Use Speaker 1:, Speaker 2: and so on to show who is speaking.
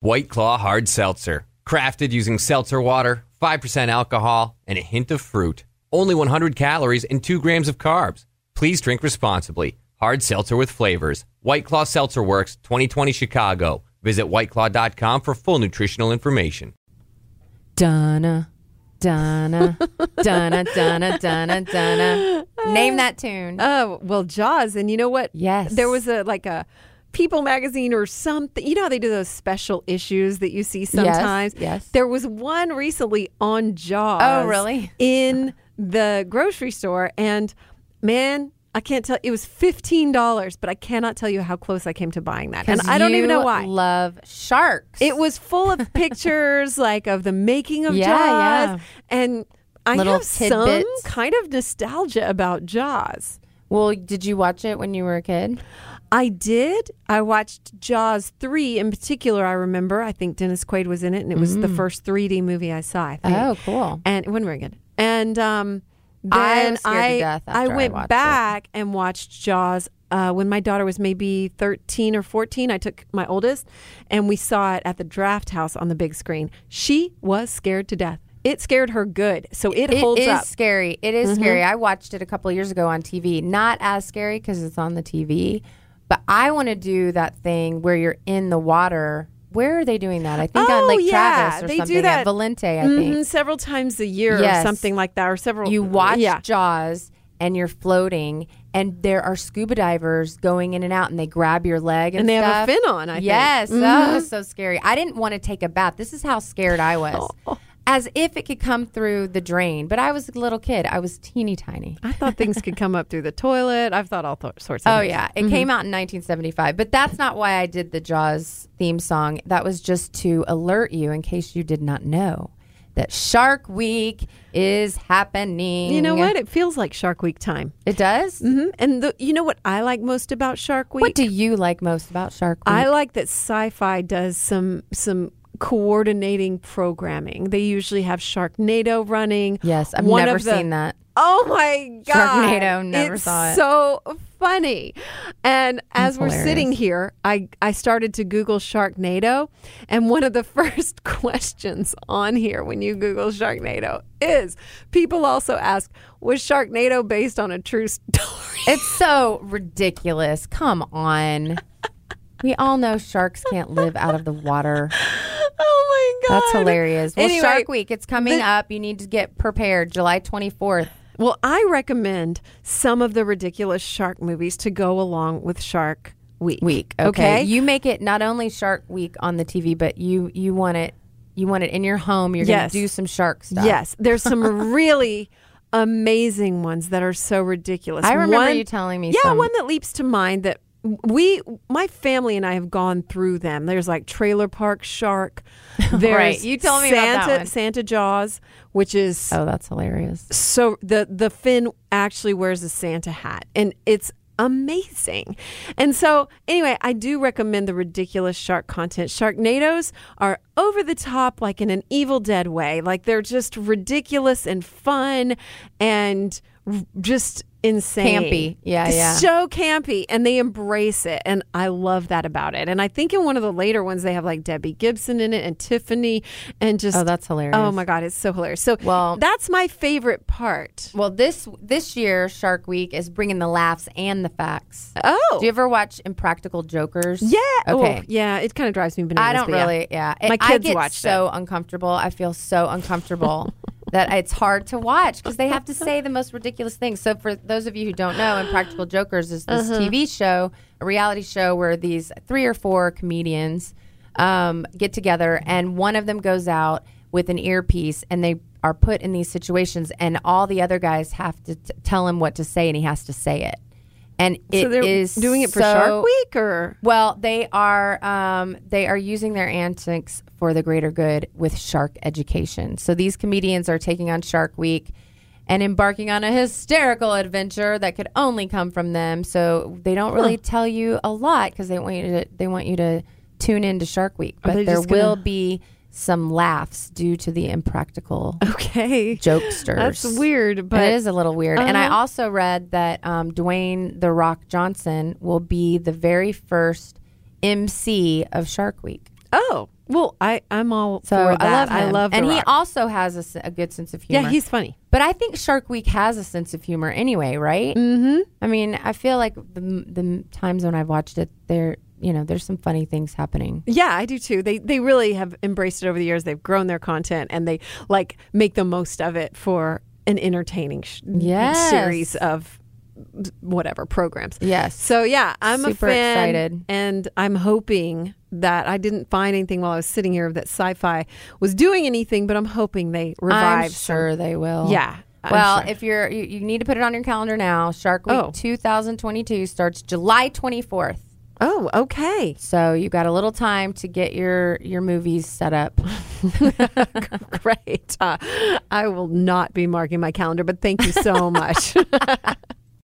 Speaker 1: White Claw Hard Seltzer. Crafted using seltzer water, 5% alcohol, and a hint of fruit. Only 100 calories and 2 grams of carbs. Please drink responsibly. Hard seltzer with flavors. White Claw Seltzer Works, 2020 Chicago. Visit whiteclaw.com for full nutritional information.
Speaker 2: Donna, Donna, Donna, Donna, Donna, Donna. Name that tune.
Speaker 3: Oh, well, Jaws. And you know what?
Speaker 2: Yes.
Speaker 3: There was a like a People magazine or something. You know how they do those special issues that you see sometimes?
Speaker 2: yes.
Speaker 3: There was one recently on Jaws.
Speaker 2: Oh, really?
Speaker 3: In the grocery store. And man, I can't tell. It was $15, but I cannot tell you how close I came to buying that. And I don't even know
Speaker 2: You
Speaker 3: why.
Speaker 2: Love sharks.
Speaker 3: It was full of pictures like of the making of
Speaker 2: Yeah,
Speaker 3: Jaws. And I
Speaker 2: Little
Speaker 3: have some
Speaker 2: tidbits.
Speaker 3: kind of nostalgia about Jaws.
Speaker 2: Well, did you watch it when you were a kid?
Speaker 3: I did. I watched Jaws 3 in particular, I remember. I think Dennis Quaid was in it, and it was the first 3D movie I saw, I think.
Speaker 2: Mm. Oh, cool.
Speaker 3: And it wasn't very good. And um,
Speaker 2: I
Speaker 3: then
Speaker 2: was scared to
Speaker 3: I,
Speaker 2: death
Speaker 3: I
Speaker 2: after I
Speaker 3: went
Speaker 2: watched it.
Speaker 3: back and watched Jaws uh, when my daughter was maybe 13 or 14. I took my oldest, and we saw it at the draft house on the big screen. She was scared to death. It scared her good, so it, holds
Speaker 2: is
Speaker 3: up. Mm-hmm.
Speaker 2: scary. It is scary. I watched it a couple of years ago on TV. Not as scary because it's on the TV, but I want to do that thing where you're in the water. Where are they doing that? I think on
Speaker 3: Oh,
Speaker 2: Lake
Speaker 3: yeah.
Speaker 2: Travis or
Speaker 3: They do
Speaker 2: something
Speaker 3: that.
Speaker 2: at Valente. I
Speaker 3: Mhm,
Speaker 2: think
Speaker 3: several times a year
Speaker 2: Yes.
Speaker 3: or something like that, or several.
Speaker 2: you watch
Speaker 3: Oh, yeah.
Speaker 2: Jaws and you're floating, and there are scuba divers going in and out, and they grab your leg and,
Speaker 3: And they have a
Speaker 2: stuff.
Speaker 3: fin on, I think. Mm-hmm.
Speaker 2: yes, oh, it's so scary. I didn't want to take a bath. This is how scared I was. As if it could come through the drain, but I was a little kid. I was teeny tiny.
Speaker 3: I thought things could come up through the toilet. I've thought all th- sorts of
Speaker 2: Oh
Speaker 3: things.
Speaker 2: yeah, it came out in 1975, but that's not why I did the Jaws theme song. That was just to alert you in case you did not know that Shark Week is happening.
Speaker 3: You know what? It feels like Shark Week time.
Speaker 2: It does.
Speaker 3: hmm And the, you know what I like most about Shark Week?
Speaker 2: What do you like most about Shark Week?
Speaker 3: I like that sci-fi does some some coordinating programming. They usually have Sharknado running.
Speaker 2: yes, I've
Speaker 3: One
Speaker 2: never
Speaker 3: of the-
Speaker 2: seen that.
Speaker 3: Oh my god!
Speaker 2: Sharknado, never
Speaker 3: it's
Speaker 2: saw it.
Speaker 3: So funny. And as we're
Speaker 2: hilarious.
Speaker 3: sitting here, I I started to Google Sharknado, and one of the first questions on here when you Google Sharknado is people also ask was Sharknado based on a true story?
Speaker 2: It's so ridiculous. Come on. We all know sharks can't live out of the water.
Speaker 3: Oh my god!
Speaker 2: That's hilarious. Well,
Speaker 3: Anyway,
Speaker 2: Shark Week, it's coming
Speaker 3: the-
Speaker 2: up. You need to get prepared. July 24th.
Speaker 3: Well, I recommend some of the ridiculous shark movies to go along with Shark Week.
Speaker 2: week. Okay? you make it not only Shark Week on the TV, but you you want it you want it in your home. You're
Speaker 3: Yes.
Speaker 2: gonna do some shark stuff.
Speaker 3: Yes, there's some really amazing ones that are so ridiculous.
Speaker 2: I remember you telling me
Speaker 3: Yeah,
Speaker 2: some.
Speaker 3: one that leaps to mind that we, my family and I have gone through them. There's like Trailer Park Shark. There's
Speaker 2: you told me about
Speaker 3: Santa,
Speaker 2: that one.
Speaker 3: Santa Jaws, which is
Speaker 2: Oh, that's hilarious.
Speaker 3: so the the Finn actually wears a Santa hat, and it's amazing. And so, anyway, I do recommend the ridiculous shark content. Sharknados are over the top, like in an Evil Dead way. Like they're just ridiculous and fun, and r- just insane,
Speaker 2: Campy. Yeah,
Speaker 3: It's
Speaker 2: yeah.
Speaker 3: So campy, and they embrace it, and I love that about it. And I think in one of the later ones, they have like Debbie Gibson in it and Tiffany, and just
Speaker 2: Oh, that's hilarious.
Speaker 3: Oh my god, it's so hilarious. So
Speaker 2: Well-
Speaker 3: that's my favorite part.
Speaker 2: Well, this this year Shark Week is bringing the laughs and the facts.
Speaker 3: Oh.
Speaker 2: Do you ever watch Impractical Jokers?
Speaker 3: yeah.
Speaker 2: Okay.
Speaker 3: Oh, yeah, it kind of drives me bananas.
Speaker 2: I don't
Speaker 3: but yeah.
Speaker 2: really. Yeah, It-
Speaker 3: My kids
Speaker 2: I get
Speaker 3: watched
Speaker 2: so uncomfortable. I feel so uncomfortable that it's hard to watch because they have to say the most ridiculous things. So for those of you who don't know, Impractical Jokers is
Speaker 3: Uh-huh.
Speaker 2: this TV show, a reality show where these three or four comedians um, get together, and one of them goes out with an earpiece, and they are put in these situations, and all the other guys have to t- tell him what to say, and he has to say it. and it
Speaker 3: so they're
Speaker 2: is
Speaker 3: doing it for
Speaker 2: so-
Speaker 3: Shark Week, or
Speaker 2: Well, they are um, they are using their antics for the greater good with shark education. So these comedians are taking on Shark Week and embarking on a hysterical adventure that could only come from them. So they don't really tell you a lot because they want you to they want you to tune into Shark Week,
Speaker 3: Are they
Speaker 2: but there
Speaker 3: just gonna-
Speaker 2: will be some laughs due to the impractical
Speaker 3: okay,
Speaker 2: jokesters.
Speaker 3: that's weird, but
Speaker 2: it is a little weird. And I
Speaker 3: Uh-huh.
Speaker 2: also read that um, Dwayne The Rock Johnson will be the very first MC of Shark Week.
Speaker 3: oh well, I I'm all
Speaker 2: So
Speaker 3: for
Speaker 2: I
Speaker 3: that.
Speaker 2: love him.
Speaker 3: I love, The
Speaker 2: and he
Speaker 3: Rock.
Speaker 2: also has a s- a, good sense of humor.
Speaker 3: yeah, he's funny.
Speaker 2: But I think Shark Week has a sense of humor anyway, right? Mm-hmm. I mean, I feel like the the time zone I've watched it, there, you know, there's some funny things happening.
Speaker 3: Yeah, I do too. They they really have embraced it over the years. They've grown their content and they like make the most of it for an entertaining sh-
Speaker 2: Yes.
Speaker 3: series of whatever programs.
Speaker 2: Yes.
Speaker 3: So yeah, I'm a
Speaker 2: Super
Speaker 3: fan,
Speaker 2: excited.
Speaker 3: and I'm hoping that I didn't find anything while I was sitting here that sci-fi was doing anything, but I'm hoping they revive.
Speaker 2: I'm
Speaker 3: some-
Speaker 2: sure they will.
Speaker 3: Yeah, I'm
Speaker 2: well,
Speaker 3: sure.
Speaker 2: if you're, you, you need to put it on your calendar now. Shark Week
Speaker 3: Oh.
Speaker 2: 2022 starts July 24th.
Speaker 3: Oh, okay.
Speaker 2: So you've got a little time to get your your movies set up.
Speaker 3: Great. Uh, I will not be marking my calendar, but thank you so much.